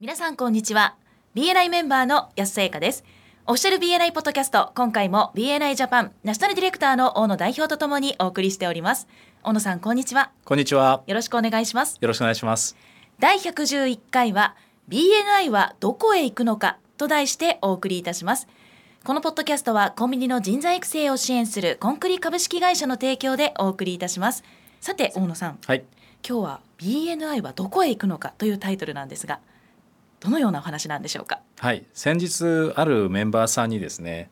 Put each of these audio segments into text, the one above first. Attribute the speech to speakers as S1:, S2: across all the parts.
S1: 皆さんこんにちは BNI メンバーの安瀬香ですオフィシャル BNI ポッドキャスト今回も BNI ジャパンナショナルディレクターの大野代表とともにお送りしております大野さんこんにちは
S2: こんにちは。
S1: よろしくお願いします
S2: よろしくお願いします。
S1: 第111回は BNI はどこへ行くのかと題してお送りいたしますこのポッドキャストはコンビニの人材育成を支援するコンクリ株式会社の提供でお送りいたしますさて大野さん
S2: はい。
S1: 今日は BNI はどこへ行くのかというタイトルなんですがどのようなお話なんでしょうか
S2: はい。先日あるメンバーさんにですね、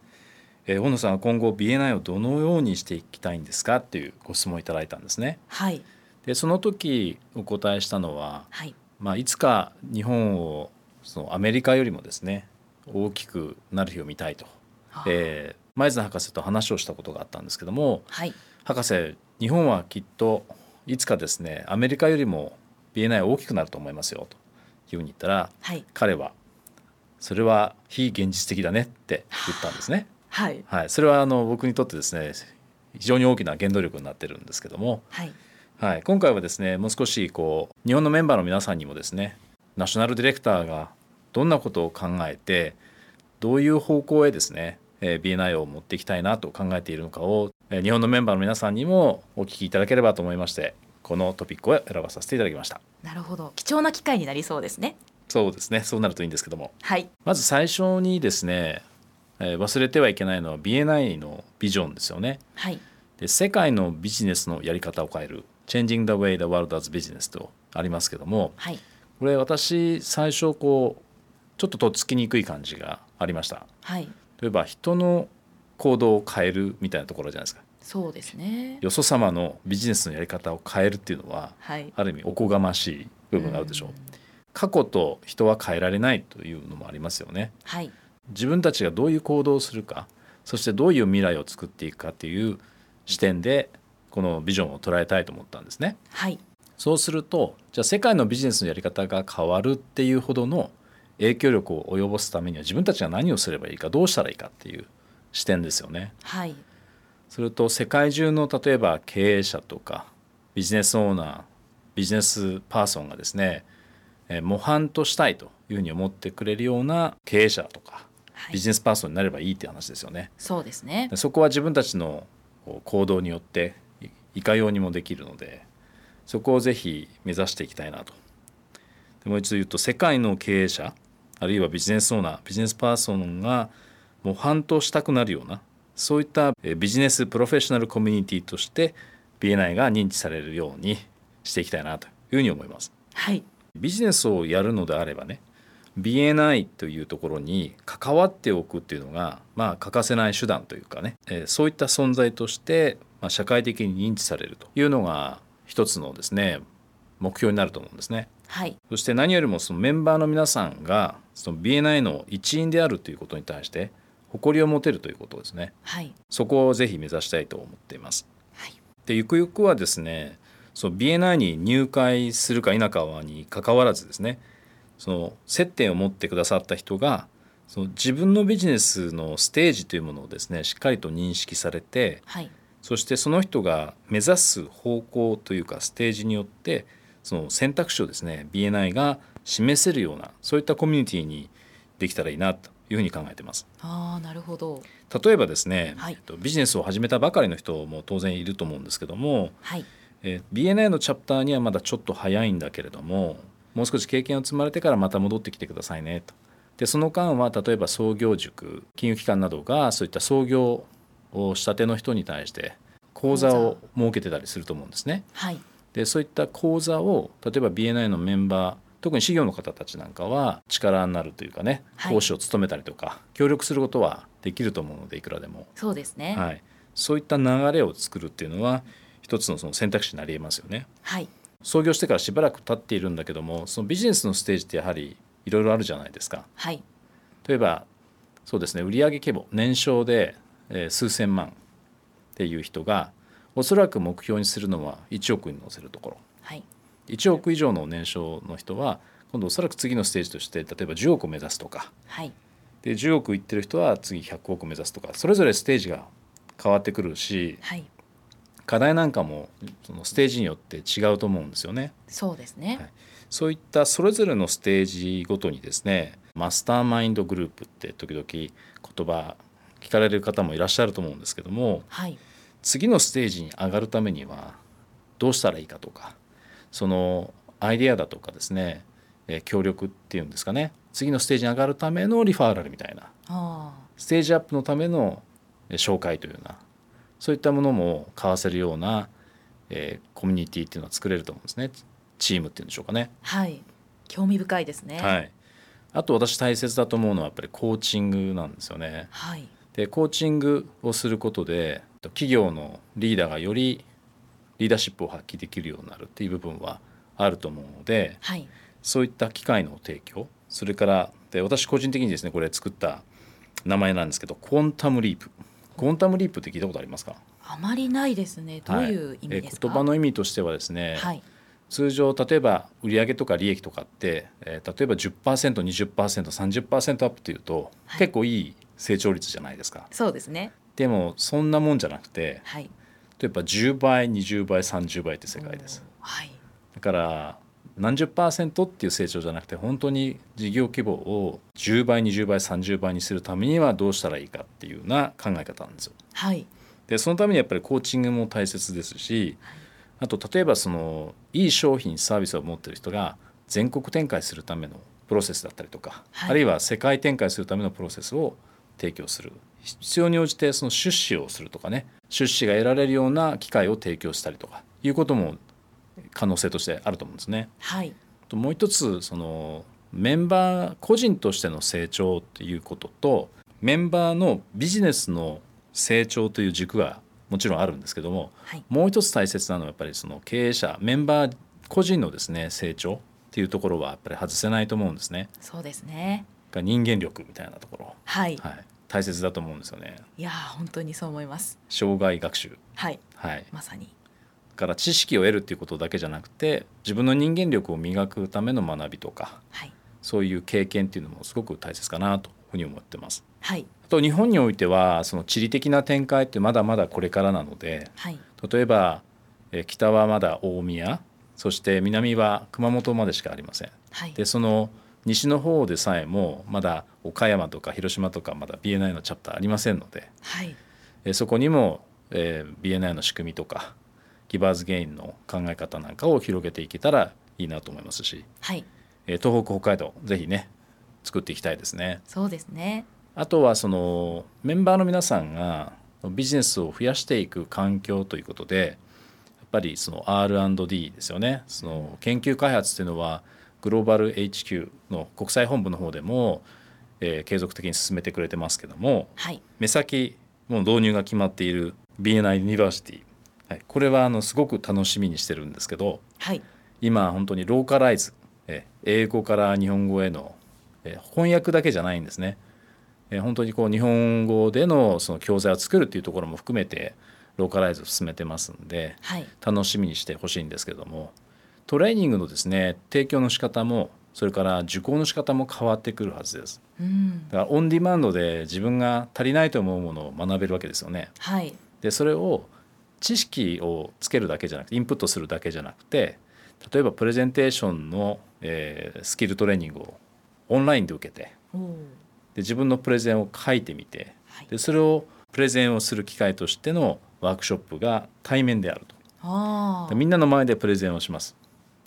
S2: えー、小野さんは今後 BNI をどのようにしていきたいんですかっていうご質問をいただいたんですね。
S1: はい
S2: で、その時お答えしたのは、
S1: はい
S2: まあいつか日本をそのアメリカよりもですね、大きくなる日を見たいと、
S1: あ
S2: えー、前津博士と話をしたことがあったんですけども、
S1: はい
S2: 博士、日本はきっといつかですね、アメリカよりも BNI 大きくなると思いますよというふうに言ったら。
S1: はい
S2: 彼はそれは非現実的だねって言ったんですね。
S1: はい
S2: はい、それはあの僕にとってですね非常に大きな原動力になってるんですけども、
S1: はい
S2: はい、今回はですねもう少しこう日本のメンバーの皆さんにもですねナショナルディレクターがどんなことを考えてどういう方向へですねえー BNI を持っていきたいなと考えているのかをえー日本のメンバーの皆さんにもお聞きいただければと思いましてこのトピックを選ばさせていただきました。
S1: なるほど貴重な機会になりそうですね
S2: そうですねそうなるといいんですけども
S1: はい
S2: まず最初にですね、えー忘れてはいけないのは BNI のビジョンですよね
S1: はい
S2: で世界のビジネスのやり方を変える「Changing the way the world does business」とありますけども
S1: はい
S2: これ私最初こうちょっととっつきにくい感じがありました
S1: はい
S2: 例えば人の行動を変えるみたいなところじゃないですか
S1: そうですね
S2: よそ様のビジネスのやり方を変えるっていうのは
S1: はい
S2: ある意味おこがましい部分があるでしょう、
S1: ん
S2: 過去と人は変えられないというのもありますよね
S1: はい
S2: 自分たちがどういう行動をするかそしてどういう未来を作っていくかっていう視点でこのビジョンを捉えたいと思ったんですね。
S1: はい
S2: そうするとじゃあ世界のビジネスのやり方が変わるっていうほどの影響力を及ぼすためには自分たちが何をすればいいかどうしたらいいかっていう視点ですよね。
S1: はい
S2: それと世界中の例えば経営者とかビジネスオーナービジネスパーソンがですねえー模範としたいというふうに思ってくれるような経営者とか
S1: はい
S2: ビジネスパーソンになればいいって話ですよね。
S1: そうですね
S2: そこは自分たちのこう行動によっていいかようにもできるのでそこをぜひ目指していきたいなと。でもう一度言うと世界の経営者あるいはビジネスオーナービジネスパーソンが模範としたくなるようなそういったえービジネスプロフェッショナルコミュニティとして BNI が認知されるようにしていきたいなというふうに思います。
S1: はい
S2: ビジネスをやるのであればね BNI というところに関わっておくっていうのが、まあ、欠かせない手段というかね、えーそういった存在として、まあ、社会的に認知されるというのが一つのですね目標になると思うんですね。
S1: はい
S2: そして何よりもそのメンバーの皆さんがその BNI の一員であるということに対して誇りを持てるということですね。
S1: はい
S2: そこをぜひ目指したいと思っています。
S1: はい
S2: でゆくゆくはですねそう BNI に入会するか否かはに関わらずですねその接点を持ってくださった人がその自分のビジネスのステージというものをですねしっかりと認識されて
S1: はい
S2: そしてその人が目指す方向というかステージによってその選択肢をですね BNI が示せるようなそういったコミュニティにできたらいいなというふうに考えてます。
S1: ああなるほど
S2: 例えばですね、
S1: はい
S2: えっとビジネスを始めたばかりの人も当然いると思うんですけども、
S1: はい
S2: えー BNI のチャプターにはまだちょっと早いんだけれどももう少し経験を積まれてからまた戻ってきてくださいねとでその間は例えば創業塾金融機関などがそういった創業をしたての人に対して講座を設けてたりすると思うんですね
S1: はい
S2: でそういった講座を例えば BNI のメンバー特に事業の方たちなんかは力になるというかね
S1: はい
S2: 講師を務めたりとか、協力することはできると思うのでいくらでも、
S1: そうですねはい、
S2: はい、そういった流れを作るっていうのは一つのその選択肢になりえますよね。創業してからしばらく経っているんだけどもそのビジネスのステージってやはりいろいろあるじゃないですか
S1: はい
S2: 例えばそうですね売上規模年商で、えー数千万っていう人がおそらく目標にするのは1億に乗せるところ
S1: はい
S2: 1億以上の年商の人は今度おそらく次のステージとして例えば10億を目指すとか
S1: はい
S2: で10億いってる人は次100億を目指すとかそれぞれステージが変わってくるし
S1: はい
S2: 課題なんかもそのステージによって違うと思うんですよね。
S1: そうですね、
S2: はいそういったそれぞれのステージごとにですねマスターマインドグループって時々言葉聞かれる方もいらっしゃると思うんですけども
S1: はい、
S2: 次のステージに上がるためにはどうしたらいいかとかそのアイデアだとかですね、えー協力っていうんですかね次のステージに上がるためのリファーラルみたいな
S1: ああ
S2: ステージアップのためのえー紹介というようなそういったものも交わせるような、えーコミュニティっていうのは作れると思うんですねチームっていうんでしょうかね。
S1: はい興味深いですね
S2: はい、あと私大切だと思うのはやっぱりコーチングなんですよね。
S1: はい、
S2: でコーチングをすることで企業のリーダーがよりリーダーシップを発揮できるようになるっていう部分はあると思うので
S1: はい、
S2: そういった機会の提供それからで私個人的にですねこれ作った名前なんですけどコンタムリープコンタムリープって聞いたことありますか
S1: あまりないですねどういう意
S2: は
S1: 味
S2: い
S1: で
S2: え
S1: すか、
S2: 言葉の意味としてはですね、
S1: はい
S2: 通常例えば売上とか利益とかって、えー例えば 10%20%30% アップというと、
S1: はい
S2: 結構いい成長率じゃないですか
S1: そうですね
S2: でもそんなもんじゃなくて
S1: はい
S2: 例えば10倍20倍30倍って世界です
S1: はい
S2: だから何十パーセントっていう成長じゃなくて本当に事業規模を10倍20倍30倍にするためにはどうしたらいいかっていうような考え方なんですよ。
S1: はい
S2: でそのためにやっぱりコーチングも大切ですしあと例えばそのいい商品サービスを持ってる人が全国展開するためのプロセスだったりとか、
S1: はい
S2: あるいは世界展開するためのプロセスを提供する必要に応じてその出資をするとかね出資が得られるような機会を提供したりとかいうことも可能性としてあると思うんですね。
S1: はい
S2: ともう一つそのメンバー個人としての成長っていうこととメンバーのビジネスの成長という軸がもちろんあるんですけども
S1: はい
S2: もう一つ大切なのはやっぱりその経営者メンバー個人のですね成長っていうところはやっぱり外せないと思うんですね。
S1: そうですね
S2: が人間力みたいなところ、
S1: はい、
S2: はい、大切だと思うんですよね。
S1: い、やー本当にそう思います
S2: 障害学習、
S1: はい
S2: はい、
S1: まさに
S2: だから知識を得るっていうことだけじゃなくて自分の人間力を磨くための学びとか
S1: はい
S2: そういう経験っていうのもすごく大切かなというふうに思ってます。
S1: はい
S2: あと日本においてはその地理的な展開ってまだまだこれからなので
S1: はい
S2: 例えばえー北はまだ大宮そして南は熊本までしかありません。
S1: はい
S2: でその西の方でさえもまだ岡山とか広島とかまだ BNI のチャプターありませんので
S1: はい
S2: えーそこにもえー BNI の仕組みとかギバーズゲインの考え方なんかを広げていけたらいいなと思いますし
S1: はい
S2: えー東北北海道ぜひね作っていきたいですね
S1: そうですね
S2: あとはそのメンバーの皆さんがビジネスを増やしていく環境ということでやっぱりその R&D ですよねその研究開発というのはグローバル HQ の国際本部の方でも、えー継続的に進めてくれてますけども
S1: はい
S2: 目先もう導入が決まっている BNI ユニバーシティ、はい、これはあのすごく楽しみにしてるんですけど
S1: はい
S2: 今本当にローカライズえ英語から日本語へのえ翻訳だけじゃないんですねえ本当にこう日本語でのその教材を作るっていうところも含めてローカライズを進めてますんで
S1: はい
S2: 楽しみにしてほしいんですけどもトレーニングのですね提供の仕方もそれから受講の仕方も変わってくるはずです
S1: うん
S2: だからオンデマンドで自分が足りないと思うものを学べるわけですよね
S1: はい
S2: でそれを知識をつけるだけじゃなくてインプットするだけじゃなくて例えばプレゼンテーションの、えースキルトレーニングをオンラインで受けてで
S1: おお
S2: 自分のプレゼンを書いてみて
S1: はい
S2: でそれをプレゼンをする機会としてのワークショップが対面であると
S1: あ
S2: で
S1: あ
S2: みんなの前でプレゼンをします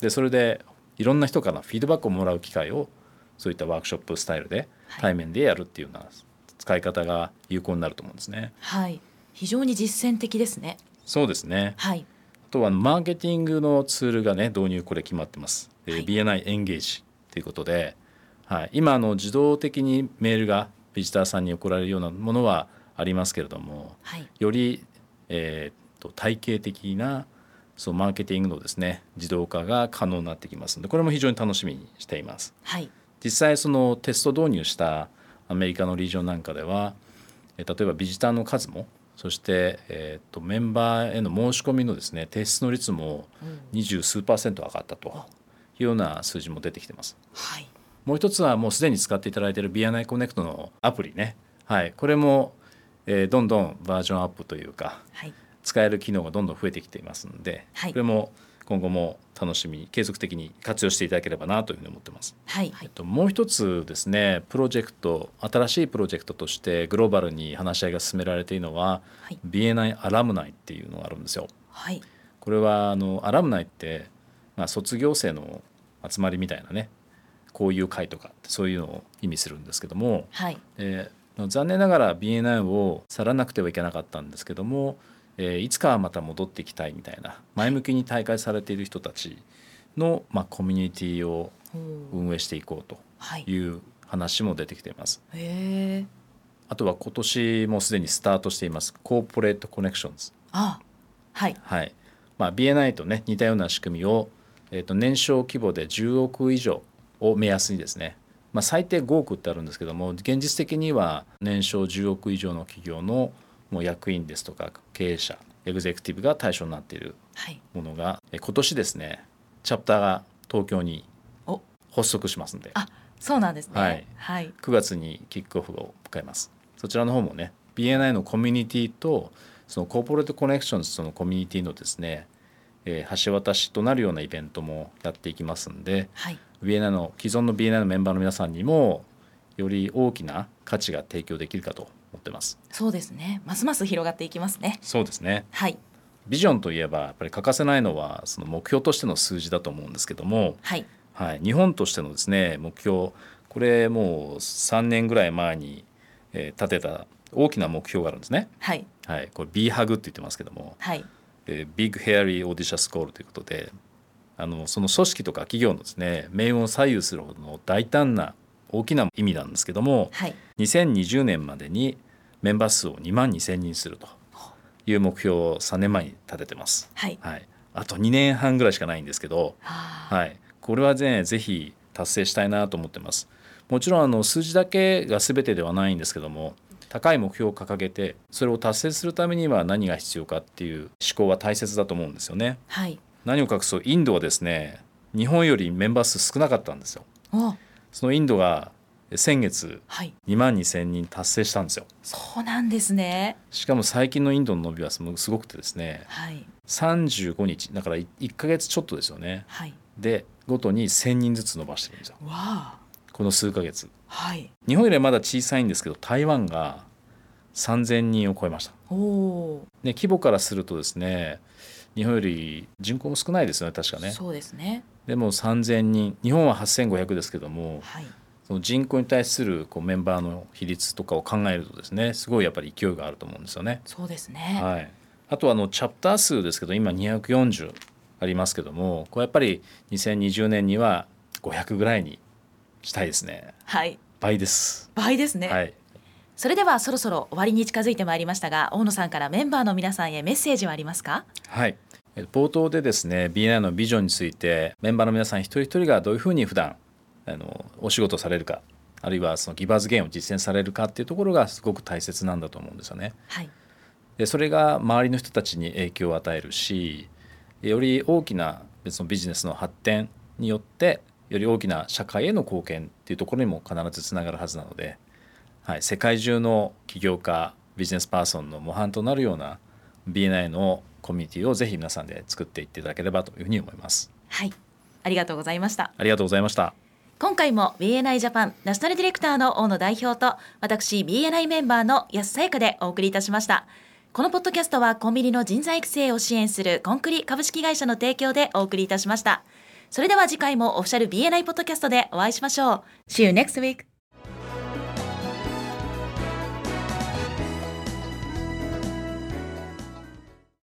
S2: でそれでいろんな人からフィードバックをもらう機会をそういったワークショップスタイルで
S1: はい
S2: 対面でやるっていうような使い方が有効になると思うんですね。
S1: はい非常に実践的ですね
S2: そうですね
S1: はい
S2: あとはマーケティングのツールがね導入これ決まってます、えー
S1: はい
S2: BNI エンゲージということで、はい、今あの自動的にメールがビジターさんに送られるようなものはありますけれども
S1: はい
S2: より、えーと体系的なそのマーケティングのですね自動化が可能になってきますのでこれも非常に楽しみにしています。
S1: はい
S2: 実際そのテスト導入したアメリカのリージョンなんかではえー例えばビジターの数もそして、えー、とメンバーへの申し込みのですね提出の率も二十数パーセント上がったというような数字も出てきてます。
S1: はい
S2: もう一つはもうすでに使っていただいている BNI コネクトのアプリね、はい、これも、えーどんどんバージョンアップというか
S1: はい
S2: 使える機能がどんどん増えてきていますので、
S1: はい
S2: これも今後も楽しみに継続的に活用していただければなというふうに思ってます。
S1: はい、
S2: えっと、もう一つですねプロジェクト新しいプロジェクトとしてグローバルに話し合いが進められているのは、
S1: はい
S2: BNI アラムナイっていうのがあるんですよ。
S1: はい、
S2: これはあのアラムナイって、まあ、卒業生の集まりみたいなねこういう会とかってそういうのを意味するんですけども、
S1: はい、
S2: えー残念ながら BNI を去らなくてはいけなかったんですけども、えーいつかはまた戻ってきたいみたいな前向きに大会されている人たちの、まあ、コミュニティを
S1: おー
S2: 運営していこうと
S1: はい、へ
S2: いう話も出てきています。
S1: え、
S2: あとは今年もうすでにスタートしていますコーポレートコネクションズ。
S1: あ、はい、
S2: はいまあ、BNI とね似たような仕組みを、えー、と年商規模で10億以上を目安にですね、まあ、最低5億ってあるんですけども現実的には年商10億以上の企業のもう役員ですとか経営者エグゼクティブが対象になっている
S1: はい、
S2: ものがえー今年ですねチャプターが東京に
S1: お、
S2: 発足しますんで
S1: あ、そうなんですね。
S2: はい
S1: はい、
S2: 9月にキックオフを迎えますそちらの方もね BNI のコミュニティとそのコーポレートコネクションズとのコミュニティのですね、えー橋渡しとなるようなイベントもやっていきますんで
S1: はい、
S2: BNI の既存の BNI のメンバーの皆さんにもより大きな価値が提供できるかと思ってます
S1: そうですね。ますます広がっていきますね。
S2: そうですね
S1: はい、
S2: ビジョンといえばやっぱり欠かせないのはその目標としての数字だと思うんですけども、
S1: はい、
S2: はい、日本としてのですね目標これもう3年ぐらい前に、えー立てた大きな目標があるんですね。
S1: はい、
S2: はい、これ BHAG って言ってますけども、
S1: はい、
S2: えー、Big Hairy Audacious Goal ということであのその組織とか企業のですね命運を左右するほどの大胆な大きな意味なんですけども
S1: はい、
S2: 2020年までにメンバー数を2万2,000人するという目標を3年前に立ててます。
S1: はい、
S2: はい、あと2年半ぐらいしかないんですけど、
S1: あー
S2: はい、これはねぜひ達成したいなと思ってます。もちろんあの数字だけが全てではないんですけども高い目標を掲げてそれを達成するためには何が必要かっていう思考は大切だと思うんですよね。
S1: はい、
S2: 何を隠そうインドはですね日本よりメンバー数少なかったんですよ。
S1: お、
S2: そのインドが先月
S1: はい、
S2: 2万2,000人達成したんですよ。
S1: そうなんですね。
S2: しかも最近のインドの伸びはすごすごくてですね
S1: はい、
S2: 35日だから1ヶ月ちょっとですよね。
S1: はい、
S2: でごとに1,000人ずつ伸ばしてるんですよ。
S1: わあ、
S2: この数ヶ月
S1: はい、
S2: 日本よりはまだ小さいんですけど台湾が3,000人を超えました、
S1: おお、
S2: ね、規模からするとですね日本より人口も少ないですよね確かね
S1: そうですね。
S2: でも3,000人日本は8,500ですけども
S1: はい、
S2: その人口に対するこうメンバーの比率とかを考えるとですねすごいやっぱり勢いがあると思うんですよね、
S1: そうですね。
S2: はい、あとはあのチャプター数ですけど今240ありますけどもこれやっぱり2020年には500ぐらいにしたいですね
S1: はい、
S2: 倍です
S1: 倍ですね。
S2: はい
S1: それではそろそろ終わりに近づいてまいりましたが大野さんからメンバーの皆さんへメッセージはありますか
S2: はい、え冒頭でですね BNI のビジョンについてメンバーの皆さん一人一人がどういうふうに普段あのお仕事されるかあるいはそのギバーズゲインを実践されるかっていうところがすごく大切なんだと思うんですよね。
S1: はい
S2: でそれが周りの人たちに影響を与えるしより大きな別のビジネスの発展によってより大きな社会への貢献っていうところにも必ずつながるはずなので、はい、世界中の起業家ビジネスパーソンの模範となるような BNI のコミュニティをぜひ皆さんで作っていっていただければというふうに思います。
S1: はいありがとうございました
S2: ありがとうございました。
S1: 今回も BNI ジャパンナショナルディレクターの大野代表と私 BNI メンバーの安さやかでお送りいたしましたこのポッドキャストはコンビニの人材育成を支援するコンクリ株式会社の提供でお送りいたしましたそれでは次回もオフィシャル BNI ポッドキャストでお会いしましょう See you next week